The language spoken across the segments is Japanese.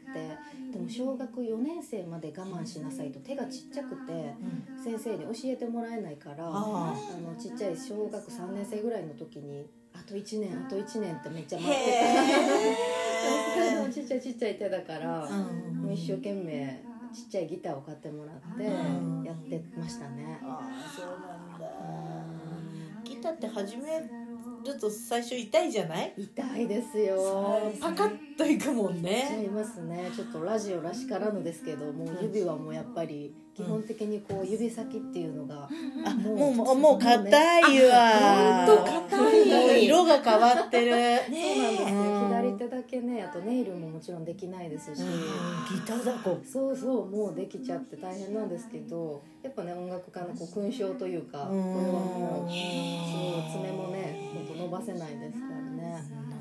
でも小学4年生まで我慢しなさいと手がちっちゃくてうん先生に教えてもらえないからああのちっちゃい小学3年生ぐらいの時にあと1年あと1年ってめっちゃ待ってたへちっちゃいちっちゃい手だからあ、うんもう一生懸命ちっちゃいギターを買ってもらってやってましたね。ああそうなんだギだって始めると最初痛いじゃない痛いですよそうですねパカッといくもんしちゃねいますねちょっとラジオらしからぬですけどもう指はもうやっぱり基本的にこう指先っていうのがあもうもうもうもう硬いわあほんと硬いもう色が変わってるそうなんですえうんよ左手だけねあとネイルももちろんできないですしギターだこそうそうもうできちゃって大変なんですけどやっぱね音楽家のこう勲章というかこれはもうそう爪もねほんと伸ばせないですからね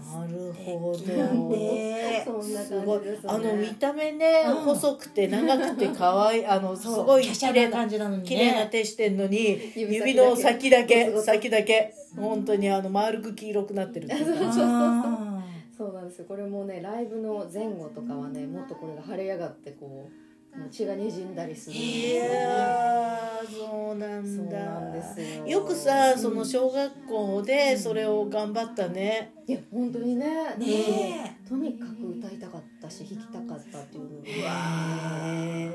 なるほなんどでそんなす感ごいじですねあの見た目ね、うん細くて長くて可愛いあのすごい華綺奢麗なな感じなのにね綺麗な手してんのに指指先だけの先だけそうそう先だけ本当にあの丸く黄色くなってるっていう かあそうなんですよこれもねライブの前後とかはねもっとこれが腫れ上がってこうもう血がにじんだりするんですいよねやーそうなんそうだなんですよよくさそうんの小学校でそれを頑張ったね、いや本当にねーねとにかく歌いたかったし弾きたかったっていうのがね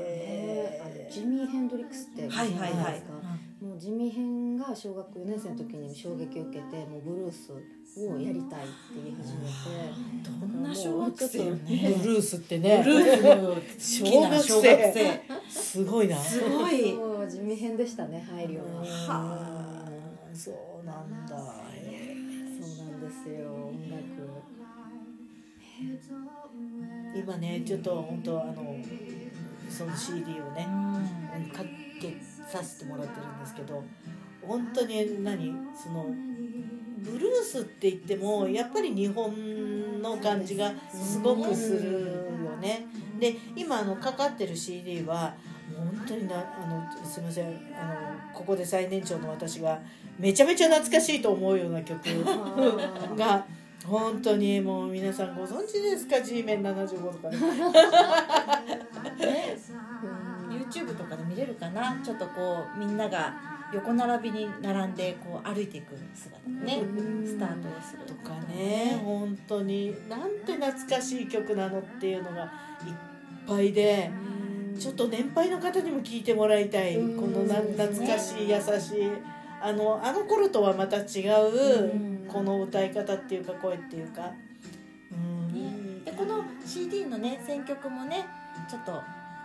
あのへジミー・ヘンドリックスってえごは存い知はいなはんでいすかもうジミーヘンが小学4年生の時に衝撃を受けてもうブルースをやりたいって言い始めてどんな小学生よーねブルースってねブルースの好きな小小学生すごいなすごいもうジミーヘンでしたね配慮ははあそうなんだへそうなんですよ音楽 え今ねちょっと本当あのその CD をねかけさせてもらってるんですけど本当に何そのブルースって言ってもやっぱり日本の感じがすごくするよね。で今あのかかってる CD は本当になあのすみませんあのここで最年長の私がめちゃめちゃ懐かしいと思うような曲あが本当にもう皆さんご存知ですか G メン75とかね。ー YouTube とかで見れるかなちょっとこうみんなが横並びに並んでこう歩いていく姿ねうんスタートをするとかね本当になんて懐かしい曲なのっていうのがいっぱいでちょっと年配の方にも聴いてもらいたいこうんのなそうですね懐かしい優しいあのあの頃とはまた違うんうこの歌い方っていうか声っていうか。うんでこの CD のね選曲もねちょっと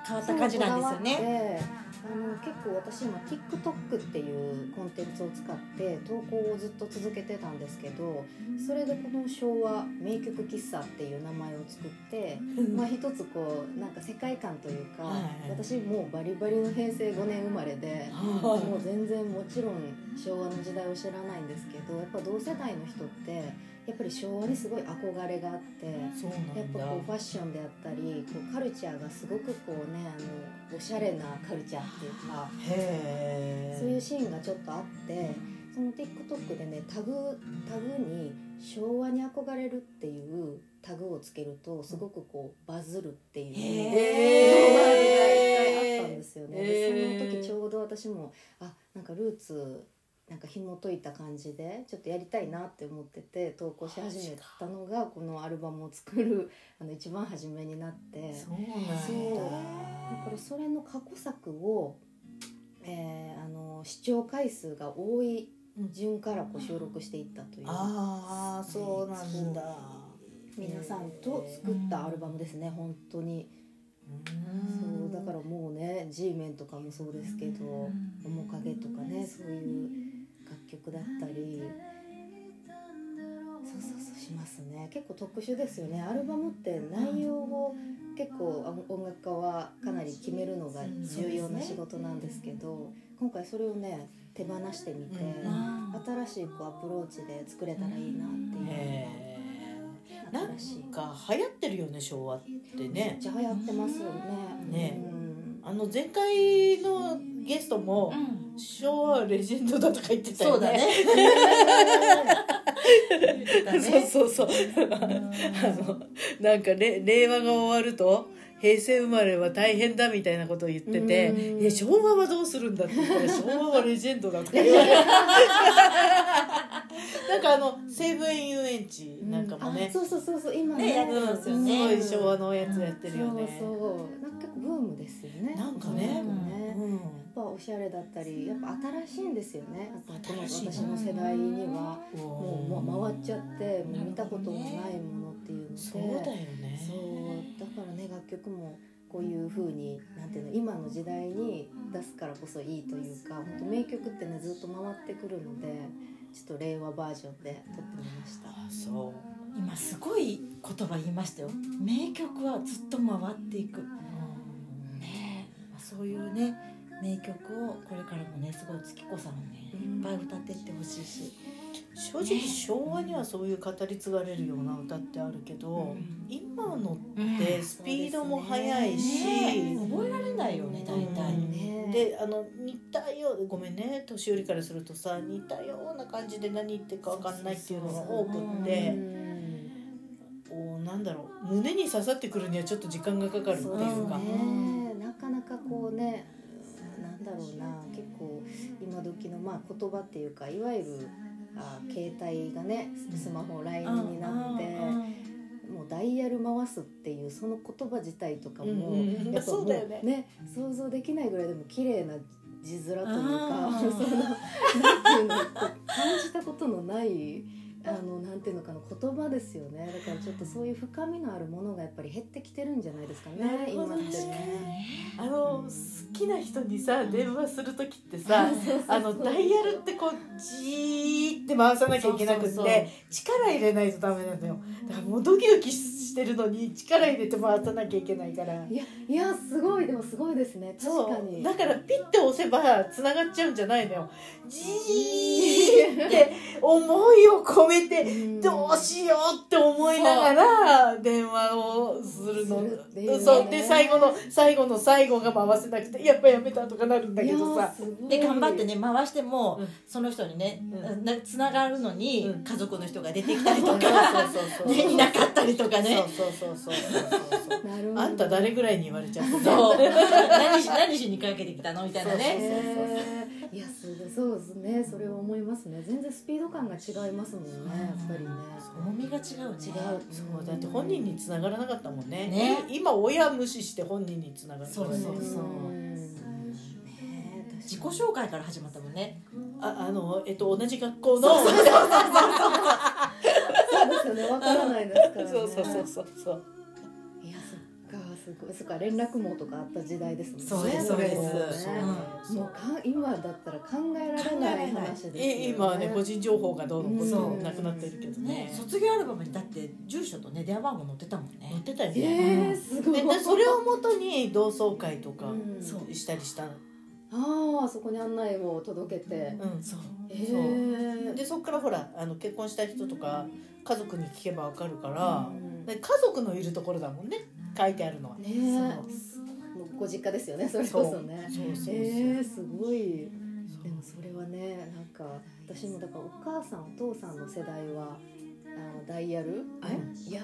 変わった感じなんですよねねあの結構私今 TikTok っていうコンテンツを使って投稿をずっと続けてたんですけどそれでこの昭和名曲喫茶っていう名前を作って、まあ、一つこうなんか世界観というか、はいはい私もうバリバリの平成5年生まれで。もう全然もちろん昭和の時代を知らないんですけどやっぱ同世代の人ってやっぱり昭和にすごい憧れがあってそうやっなんぱだこうファッションであったりこうカルチャーがすごくこうねあのおしゃれなカルチャーっていうかへそういうシーンがちょっとあってその TikTok でねタグタグに「昭和に憧れる」っていうタグをつけるとすごくこうバズるっていう。ワードが一回あったんですよね、へーでその時ちょうど私もあなんかルーツなんか紐解いた感じでちょっとやりたいなって思ってて投稿し始めたのがこのアルバムを作るあの一番初めになってそうなんだそうだからそれの過去作を、えーあの視聴回数が多い順からこう収録していったというああそうなんだ皆さんと作ったアルバムですね本当に。そうだからもうね G メンとかもそうですけど「面影」とかねそういう楽曲だったりそうそうそうしますね結構特殊ですよねアルバムって内容を結構あ音楽家はかなり決めるのが重要な仕事なんですけど今回それをね手放してみてうん新しいこうアプローチで作れたらいいなっていうへえ新しいなんか流行ってるよね昭和ってねめっちゃ流行ってますよねねうんあの前回のゲストもうん昭和はレジェンドだとか言ってたそようだねねそうそうそうあのなんかれ令和が終わると平成生まれは大変だみたいなことを言っててう「んいや昭和はどうするんだ」って言ったら「昭和はレジェンドだ」って なんかあの西武園遊園地なんかもあね、そうそうそうそう今ねやってうまんすすよごねい昭和のやつやってるよね。そうそうなんか結構ブームですよねなんかねうんやうんっぱおしゃれだったりやっぱ新しいんですよねあとこの新しい私の世代にはももうもう回っちゃうってもう見たことがないものっていうのでそうだよねそうだからね楽曲もこういう風になんていうの今の時代に出すからこそいいというか本当名曲ってねずっと回ってくるのでちょっと令和バージョンで撮ってみましたあそ今すごい言葉言いましたよ名曲はずっと回っていくねえまあそういうね名曲をこれからもねすごい月子さんはねいっぱい歌ってってほしいし、う正直昭和にはそういう語り継がれるような歌ってあるけど、今のってスピードも速いし、ねえ覚えられないよね大体、うんねであの似たようごめんね年寄りからするとさ似たような感じで何言ってるか分かんないっていうのが多くっうてんおーなんだろう胸に刺さってくるにはちょっと時間がかかるっていそううですか。ね、なかなかこうね、なんだろうな、結構今時のまあ言葉っていうか、いわゆるあ携帯がね、スマホ、LINE になって、もうダイヤル回すっていうその言葉自体とかうんもうんうんやっぱもそうだよね想像できないぐらいでも綺麗な字面というか、あそーのなんていうのこう感じたことの ない。あのなんていうのかな言葉ですよねだからちょっとそういう深みのあるものがやっぱり減ってきてるんじゃないですかね今ってね。あの好きな人にさ電話する時ってさあのダイヤルってこうじーって回さなきゃいけなくってそうそうそう力入れないとダメなのよだからもうドキドキしてるのに力入れて回さなきゃいけないからいやいやすごいでもすごいですね確かそうにだからピッて押せば繋がっちゃうんじゃないのよじーって思いを込めてんどうしようって思いながら電話をするのするっていうねそうで最後の最後の最後が回せなくてやっぱやめたとかなるんだけどいやさすごいで頑張ってね回しても、うんその人にね、うなつながるのに、うん家族の人が出てきたりとか、 そうそうそう そうね、いなかったりとかねそうそうそうそうそうそうなるほどあんた誰ぐらいに言われちゃったのそう何し何しにかけてきたのみたいなそうねへーいやすごいそうですねそれは思いますね全然スピード感が違いますもんねやっぱりね重みが違うね違うそうだって本人に繋がらなかったもんねねい今親無視して本人に繋がるからねそうそうんねえ自己紹介から始まったもんねああのえっと同じ学校のそうですよねわからないですからねそうそうそうそうそういやそっかすごいそっか連絡網とかあった時代ですもんねそうですそうですそれもねうんもうか今だったら考えられない話ですよえ今はね個人情報がどうのこうそのうなくなってるけどねね卒業アルバムにだって住所とね電話番号載ってたもんね載ってたよえねー、すごでいでそれをもとに同窓会とかうんそうしたりしたのああそこに案内を届けて、うんそうえー、でそっからほらあの結婚した人とか家族に聞けばわかるからうんで家族のいるところだもんね書いてあるのはねえもうご実家ですよねそれこそねそうそうそう、えー、すごいでもそれはねなんか私もだからお母さんお父さんの世代はあのダイヤルあいや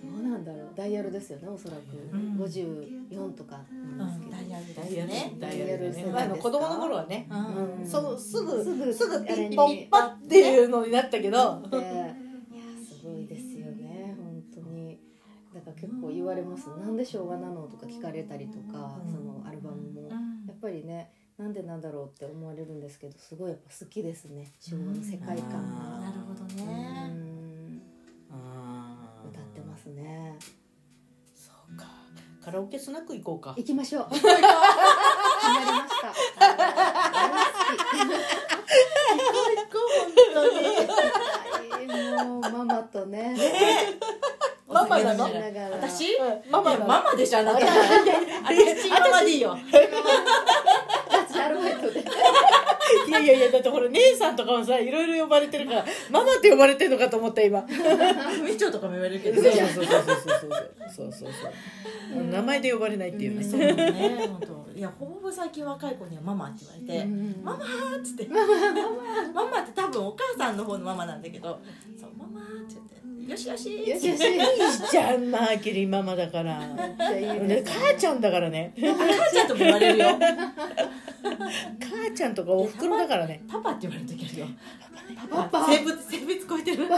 どうなんだろうダイヤルですよねおそらく、うん54とかなんですけど、ダイヤルダイヤルねダイヤルでダイヤル世代ですね、かまあ、あの子供の頃はね、うんうんそうすぐすぐすぐピンポンパパッっていうのになったけど、でいやすごいですよね本当にだから結構言われます「なんで昭和なの?」とか聞かれたりとか、うんそのアルバムも、やっぱりねなんでなんだろうって思われるんですけどすごいやっぱ好きですね昭和の世界観あが、なるほどうねんあー歌ってますねそうかカラオケスナック行こうか行きましょう決まりましたあの大好きもうママとねママな飲のみながら私えいママやなのママでしょあなた私ママでいいよ私アルバイトでいやいやいやだってほら姉さんとかもさいろいろ呼ばれてる からママって呼ばれてるのかと思った今組長とかも言われるけそどうそうそねうそうそうそうそうそう 名前で呼ばれないっていうね、そうだね本当いやほぼ最近若い子にはママって言われて「ママ!」っつって「ママママ」って多分お母さんの方のママなんだけど「そうママ」って言って「よしよし」よしよしいいじゃんマーキュリーママだからね母ちゃんだからね母ちゃんとも言われるよ母ちゃんとかおふくろだからねパパって言われる時あるよパパ性別性別超えてるす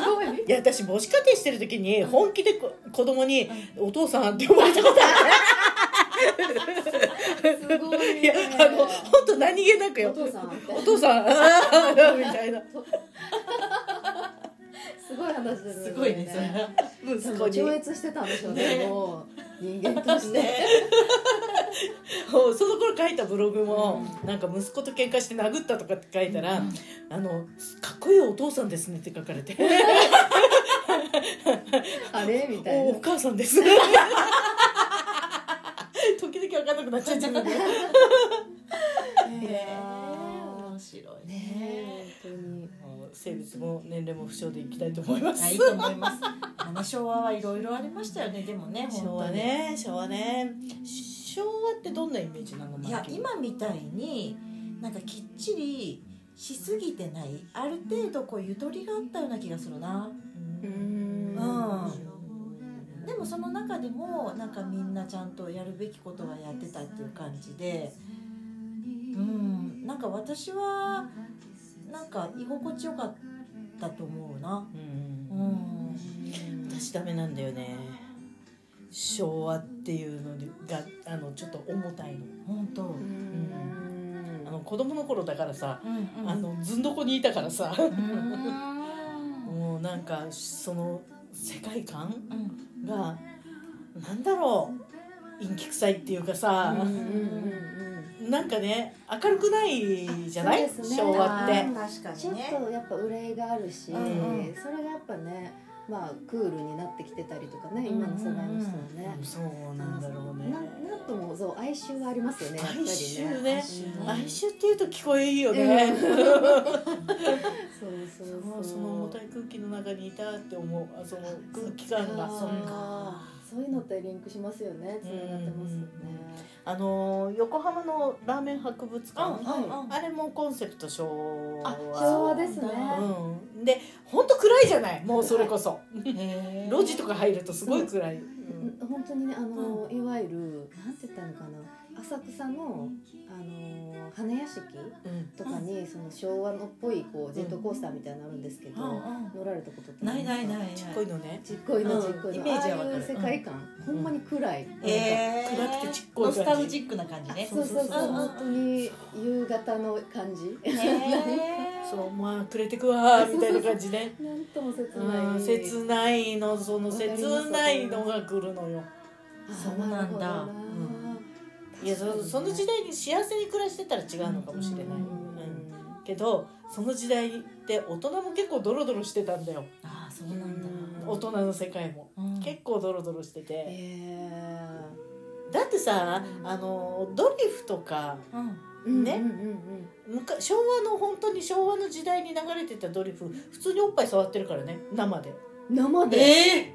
ごいいや私母子家庭してる時に本気でこ子供に「お父さん」って呼ばれたことすごい、いやあの本当何気なくおよ父さんってお父さんあーみたいなすごい話ですすごいねそれは息も子うに超越してたんでしょうねもう人間として、そうその頃書いたブログもなんか息子と喧嘩して殴ったとかって書いたら「あのかっこいいお父さんですね」って書かれて あれみおたいおな母さんです。時々分かんなくなっちゃうんだけど。ね面白いねねえ本もう性別も年齢も不詳でいきたいと思います。いいと思いますあの昭和はいろいろありましたよねでもね本当に昭和ね、昭和ね。昭和ってどんなイメージなの？いマやーキー今みたいになんかきっちりしすぎてないある程度こうゆとりがあったような気がするな当にうんうでもその中でもなんかみんなちゃんとやるべきことはやってたっていう感じでうんなんか私はなんか居心地よかったと思うなう。うんん私ダメなんだよね。昭和っていうのがあのちょっと重たいの。本当うんあの子供の頃だからさ、うんあのずんどこにいたからさ、うんもうなんかその世界観うんがなんだろう陰気臭いっていうかさ、うんうんうんなんかね明るくないじゃない、あそうですね昭和ってあ確かちょにっねとやっぱ憂いがあるし、うんうんそれがやっぱねまあクールになってきてたりとかね今の世代の人はね、うんそうなんだろうなねなんともそう哀愁がありますよねやっぱり哀愁ね哀愁うん哀愁っていうと聞こえいいよね、そうそうもそううその重たい空気の中にいたって思うあその空気感がそっうんかそういうのってリンクしますよねつながってますよね、あのー横浜のラーメン博物館、うんうんうんあれもコンセプト昭和あ昭和ですねうん、で本当暗いじゃないもうそれこそへー路地とか入るとすごい暗い、うんうん本当にねあの、いわゆるなんて言ったのかな浅草のあの花屋敷うんとかにその昭和のっぽいこうジェットコースターみたいなのあるんですけど、うん乗られたことってうんないないないいないちっこいのねちっこいのうんちっこいの、イメージはわかるああいう世界観、んほんまに暗い、えー暗くてちっこい感じノスタルジックな感じねそうそうそううんうん本当に夕方の感じ ねそうまあくれてくわーみたいな感じ ねなんとも切うなんい切ないのそのわかります切ないのが来るのよあそうなんだるほどなうんいやそその時代に幸せに暮らしてたら違うのかもしれない、ううんんうんけどその時代って大人も結構ドロドロしてたんだよああそうなんだうん大人の世界もうん結構ドロドロしててえだってさあのドリフとかうんーねうんうん昔昭和の本当に昭和の時代に流れてたドリフ普通におっぱい触ってるからね生でうん生で、え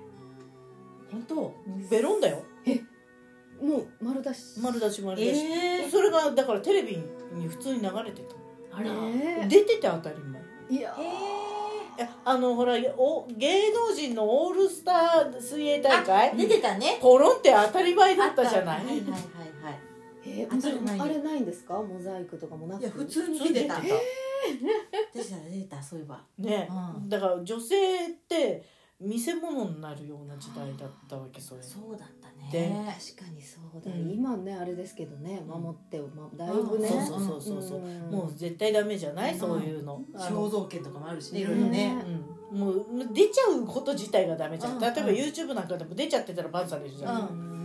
ー、本当ベロンだよもう丸出し丸出し丸出し、えそれがだからテレビに普通に流れてあら、たね出てて当たり前いえいやえやあのほらお芸能人のオールスター水泳大会出てたねポロンって当たり前だったじゃないはいはいはいはいえー当たり前にあれないんですかモザイクとかもなくいや普通に出てた出てた出てたそういえばね、うんだから女性って見せ物になるような時代だったわけそれそうだったでね確かにそうだ、うん今ねあれですけどねうん守ってを、ま、だいぶね、そうそうそうそうそう、んもう絶対ダメじゃない、うんそういうのあの肖像権とかもあるしねいねろいろねうん、もう出ちゃうこと自体がダメじゃんうん例えば YouTube なんかでも出ちゃってたらバンされるじゃん、うんうん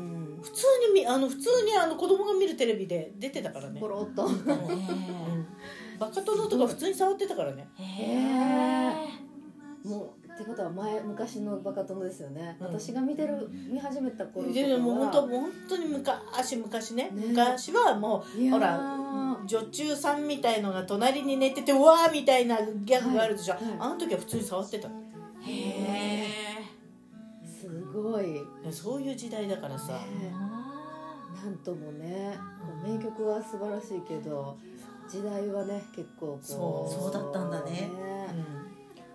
普通にみあの普通にあの子供が見るテレビで出てたからねポロっとだねうんバカ殿とか普通に触ってたからねへもうってことは前昔のバカ殿ですよね、うん私が見てる見始めた頃とかいやいやもう本当はもう本当に昔昔ねね昔はもいやーほらう女中さんみたいのが隣に寝ててうわーみたいなギャグがあるでしょ、はいはいあの時は普通に触ってたへすごいそういう時代だからさ、ねなんともねこう名曲は素晴らしいけど時代はね結構こうそうそうだったんだね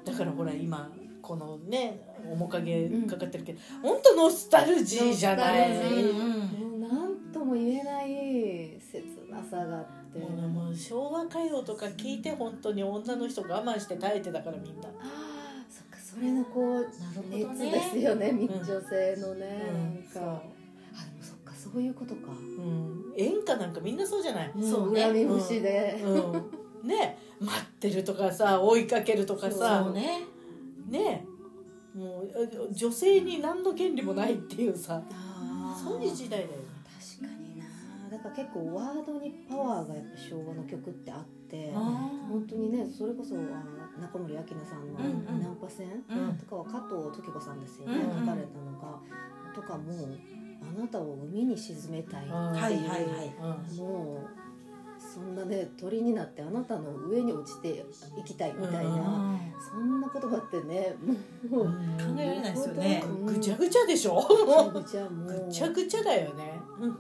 だからほら今このね面影かかってるけど、本当ノスタルジーじゃないノスタルジももうなんとも言えない切なさがあって、うねもう昭和歌謡とか聞いて本当に女の人我慢して耐えてたからみんなあーそっかそれのこなうるほど熱ねですよねみうん女性のね、うんなんか、あでもそっかそういうことか、うん演歌なんかみんなそうじゃない、そうね恨み節で、うん、ね待ってるとかさ追いかけるとかさそうねねもう女性に何の権利もないっていうさあーそういう時代だよね確かになだから結構ワードにパワーがやっぱ昭和の曲ってあってあ本当にねそれこそあの中森明菜さんのうんうん「ナンパ戦ーうんとかは加藤時子さんですよね、うんうん書かれたのがとかもう「あなたを海に沈めたい」うんはいはいはいうんもうそんなね鳥になってあなたの上に落ちていきたいみたいな、そんな言葉ってねもう考えられないですよねうんぐちゃぐちゃでしょぐちゃぐちゃもうぐちゃぐちゃだよね、本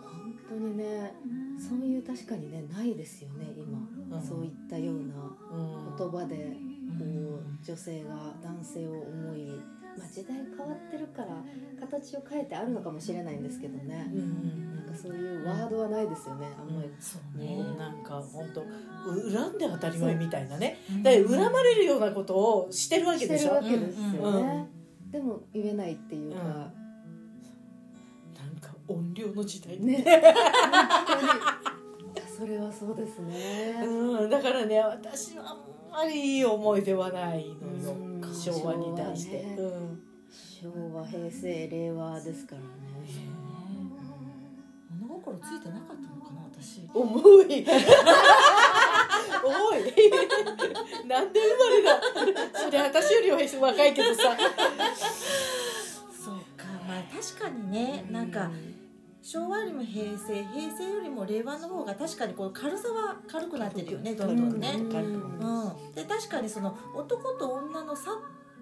当にねそういう確かにねないですよね今、うんそういったようなうん言葉でこうんう女性が男性を思い、まあ、時代変わってるから形を変えてあるのかもしれないんですけどねう、んなんかそういうワードはないですよねあんまり、そうねもうなんか本当恨んで当たり前みたいなねうんだから恨まれるようなことをしてるわけしでてしるょわけですよね、うんうんうでも言えないっていうか、うんなんか怨霊の時代 ね。それはそうですね。うん、だからね私はあんまりいい思い出はないのよ、うん昭和に対して、昭和ねうん昭和、平成、令和ですからね。物心ついてなかったのかな私重い重いなんで生まれだそれ私よりは若いけどさそうかまあ確かにねなんか昭和よりも平成平成よりも令和の方が確かにこう軽さは軽くなってるよねどんどんねう、うんん、で確かにその男と女の差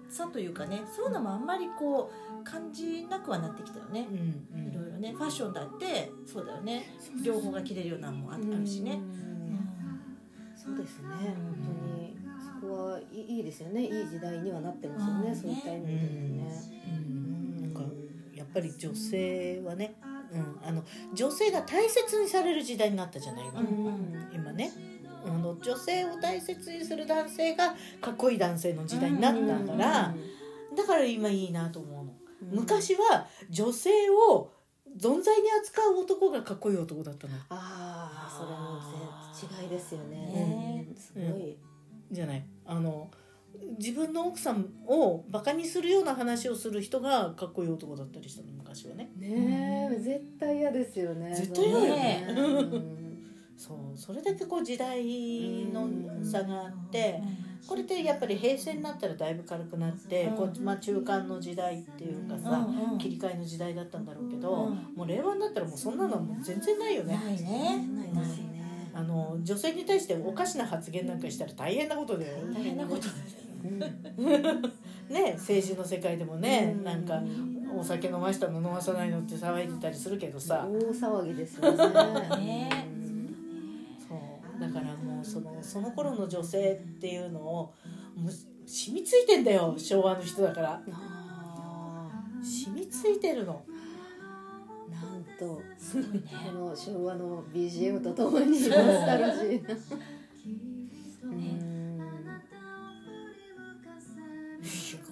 差というかねそういうのもあんまりこう感じなくはなってきたよねうん、いろいろねファッションだってそうだよね両方が着れるようなのもあうんあるしね、ううんんそうですね。本当に。そこはいいいいですよね。いい時代にはなってますようね。んそういった意味でもね。うんなんかやっぱり女性はね、うん、あの女性が大切にされる時代になったじゃない今,、うん今ねあの女性を大切にする男性がかっこいい男性の時代になったから、だから今いいなと思うの。うん、昔は女性を存在に扱う男がかっこいい男だったのああ、それも全違いですよねね。うんすごい。じゃないあの自分の奥さんをバカにするような話をする人がかっこいい男だったりしたの昔はねねえ、絶対嫌ですよね。絶対嫌よねねうんそうそれだけこう時代の差があってうんこれってやっぱり平成になったらだいぶ軽くなってこう、まあ、中間の時代っていうかさうんうん切り替えの時代だったんだろうけうどんもう令和になったらもうそんなのはもう全然ないよねな。いねないですね。あの女性に対しておかしな発言なんかしたら大変なことだよ大変なことだ ね政治の世界でもねうんなんかお酒飲ましたの飲まさないのって騒いでたりするけどさ大騒ぎですよ ねね。そうだからもうそのその頃の女性っていうのをもう染みついてんだよ昭和の人だからあ染みついてる のーなんとすごいねこの昭和の BGM とともにノスタルジーな。うん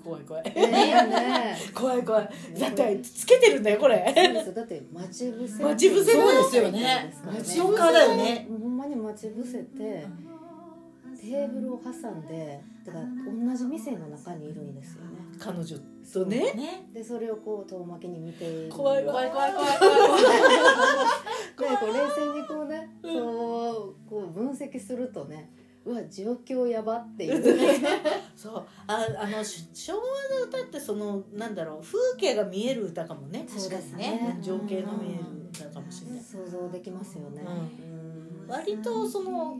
怖い怖いねえね怖い怖いだってつけてるんだよこれえそうですよだって待ち伏せ待ち伏せなんですよねそうです待ち伏かせらだよねほんまに待ち伏せてテーブルを挟んでだから同じ店の中にいるんですよね彼女とねねでそれをこう遠巻きに見ている怖い怖い怖い怖いでこう冷静にこうね、そうこう分析するとねうわ状況やばっていうそうああのし昭和の歌ってそのなんだろう風景が見える歌かもねそうです確ねかに情景が見える歌かもしれない、想像できますよね、うん、割とその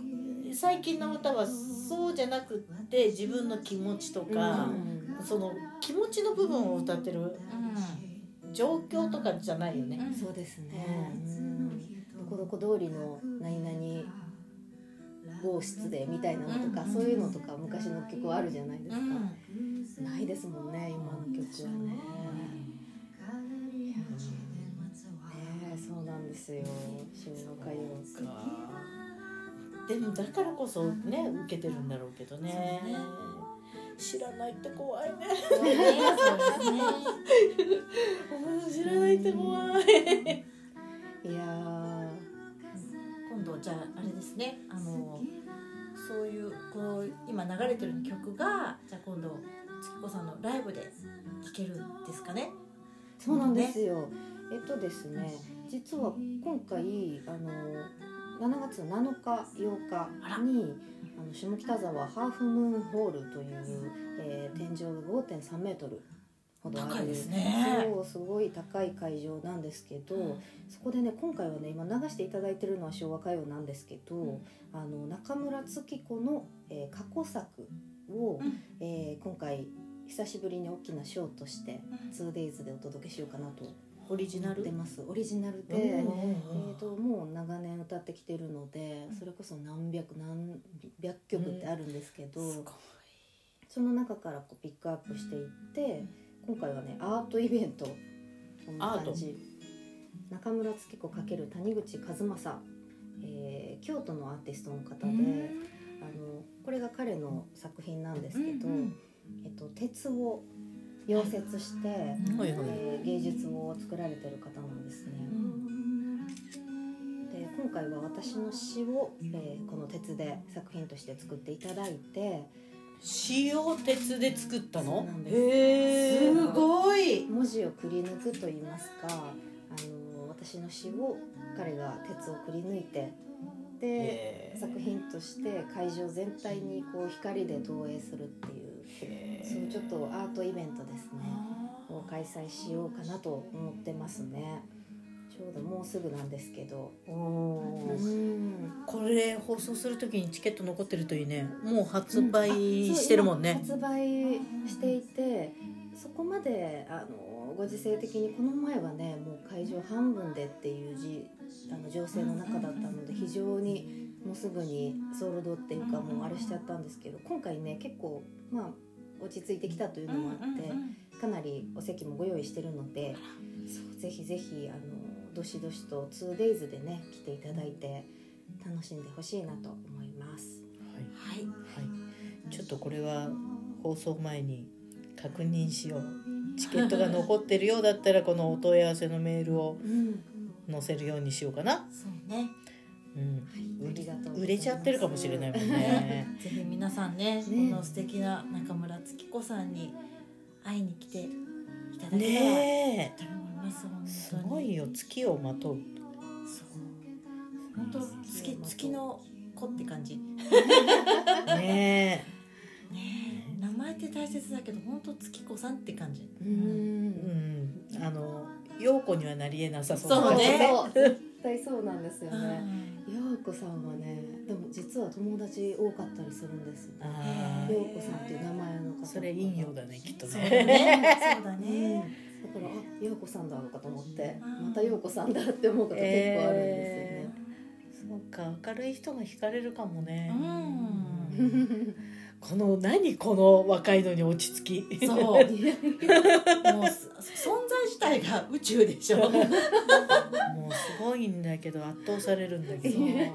最近の歌はそうじゃなくって自分の気持ちとか、その気持ちの部分を歌ってる状況とかじゃないよね、そうですね、どこどこ通りの何々号室でみたいなのとか、うんそういうのとか昔の曲はあるじゃないでうすか、んないですもんね今の曲はねいやーねえそうなんですよ昭和歌謡かでもだからこそね受けてるんだろうけどねそうね知らないって怖いねそうねそうですね知らないって怖いいやー今度じゃああれですねあのそういうこう今流れてる曲がじゃあ今度月子さんのライブで聴けるんですかねそうなんですよ、えっとですね実は今回あの7月7日8日にあの下北沢ハーフムーンホールという、えー天井5.3メートルほどある高いですねそうすごい高い会場なんですけど、うんそこでね今回はね今流していただいてるのは昭和歌謡なんですけど、うんあの中村月子の、えー過去作を、うんえー今回久しぶりに大きなショーとして 2days でお届けしようかなとオリジナル出ますオリジナルで、うんえー、ともう長年歌ってきてるのでそれこそ何百何百曲ってあるんですけど、すごいその中からこうピックアップしていって今回はねアートイベントこんな感じ中村月子×谷口和正、えー京都のアーティストの方で、あのこれが彼の作品なんですけど、うんうんえっと、鉄を溶接して、はいはいえー芸術を作られてる方なんですね。で今回は私の詩を、えーこの鉄で作品として作っていただいて塩鉄で作ったそうのなんですへえすごい文字をくり抜くと言いますか、あの私の詩を彼が鉄をくり抜いてでへ作品として会場全体にこう光で投影するっていうえそうちょっとアートイベントですねあを開催しようかなと思ってますねちょうどもうすぐなんですけどーおーんこれ放送するときにチケット残ってるといいねもう発売してるもんね、そう今発売していてそこまであのご時世的にこの前はねもう会場半分でっていうじあの情勢の中だったので非常にもうすぐにソールドっていうかもうあれしちゃったんですけど今回ね結構まあ落ち着いてきたというのもあってかなりお席もご用意してるのでそうぜひぜひあのどしどしと 2days でね来ていただいて楽しんでほしいなと思います。はいはいはい、ちょっとこれは放送前に確認しようチケットが残ってるようだったらこのお問い合わせのメールを載せるようにしようかな、そうねうん、はい、ありがとうございます売れちゃってるかもしれないもん ねぜひ皆さんね、ねこの素敵な中村月子さんに会いに来ていただけたらねと思います、えす本当ごにいよ月をまとうそう本当月月の子って感じねねえ名前って大切だけど本当月子さんって感じうえうんんあの陽子にはなりえなさそうなそうねそう絶対そうなんですようねんようこさんはねでも実は友達多かったりするんですようあへえこさんっていう名前の方あそれ陰陽だねきっとそうねねそうだうんだねからあようこさんだのかと思ってうんまたようこさんだって思うこと結構あるんでそうか明るい人が惹かれるかもね、うんこの何この若いのに落ち着きそうすよね、もうそ存在自体が宇宙でしょもうすごいんだけど圧倒されるんだ けどいや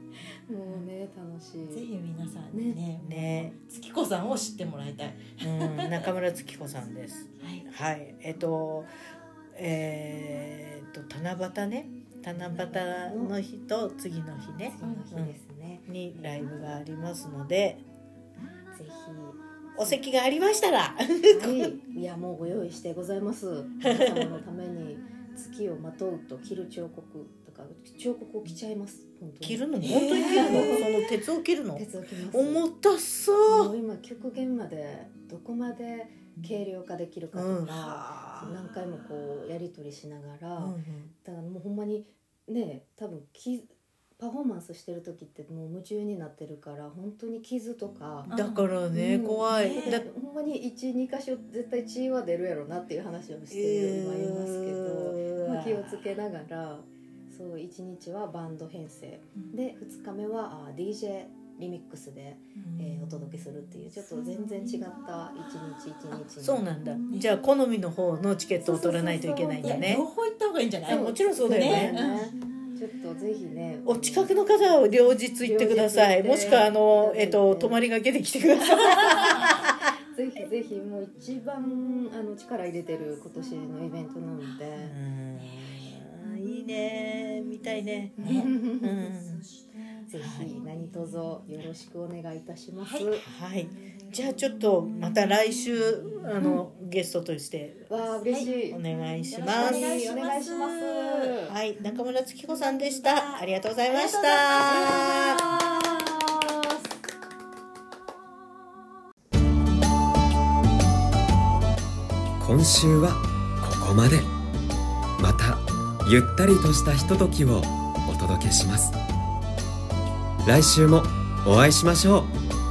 もうね楽しぜいひ皆さんにねね、月子さんを知ってもらいたい、うん、中村月子さんですはい、はいえっとえーっと七夕ね七夕の日と次の日ねその日ですね、にライブがありますのでぜお席がありましたらひ、はい、いやもうご用意してございます皆様のために月をまとうと着る彫刻とか彫刻を着ちゃいます本当に切るの本当に切るの、えその鉄を切るの鉄を着ます重たそもう、う今極限までどこまで軽量化できるかうんとか、何回もこうやり取りしながら、うんだからもうほんまにね多分きパフォーマンスしてる時ってもう夢中になってるから本当に傷とか。だからね、うん怖い、ねだでほんまに12箇所絶対血は出るやろなっていう話をしてる今いますけど、まあ、気をつけながらそう1日はバンド編成で2日目はあ DJ リミックスで、えーお届けするっていうちょっと全然違った1日1日にそうなんだじゃあ好みの方のチケットを取らないといけないんだねね両方行った方がいいんじゃないあもちろんそうだよねねちょっとぜひねお近くの方は両日行ってください両も日行しってくはあの、えっと、うん泊まりがけで来てくださいぜひぜひもう一番あの力入れてる今年のイベントなので、うんいいね見たいねうんぜひ何卒よろしくお願いいたします。はいはいじゃあちょっとまた来週あの、ゲストとしてわあ嬉しい。お願いしよろますくお願いしますお願いします。はい中村月子さんでしたありがとうございありまがとしうござたいました今週はここまでまたゆったりとしたひとときをお届けします来週もお会いしましょう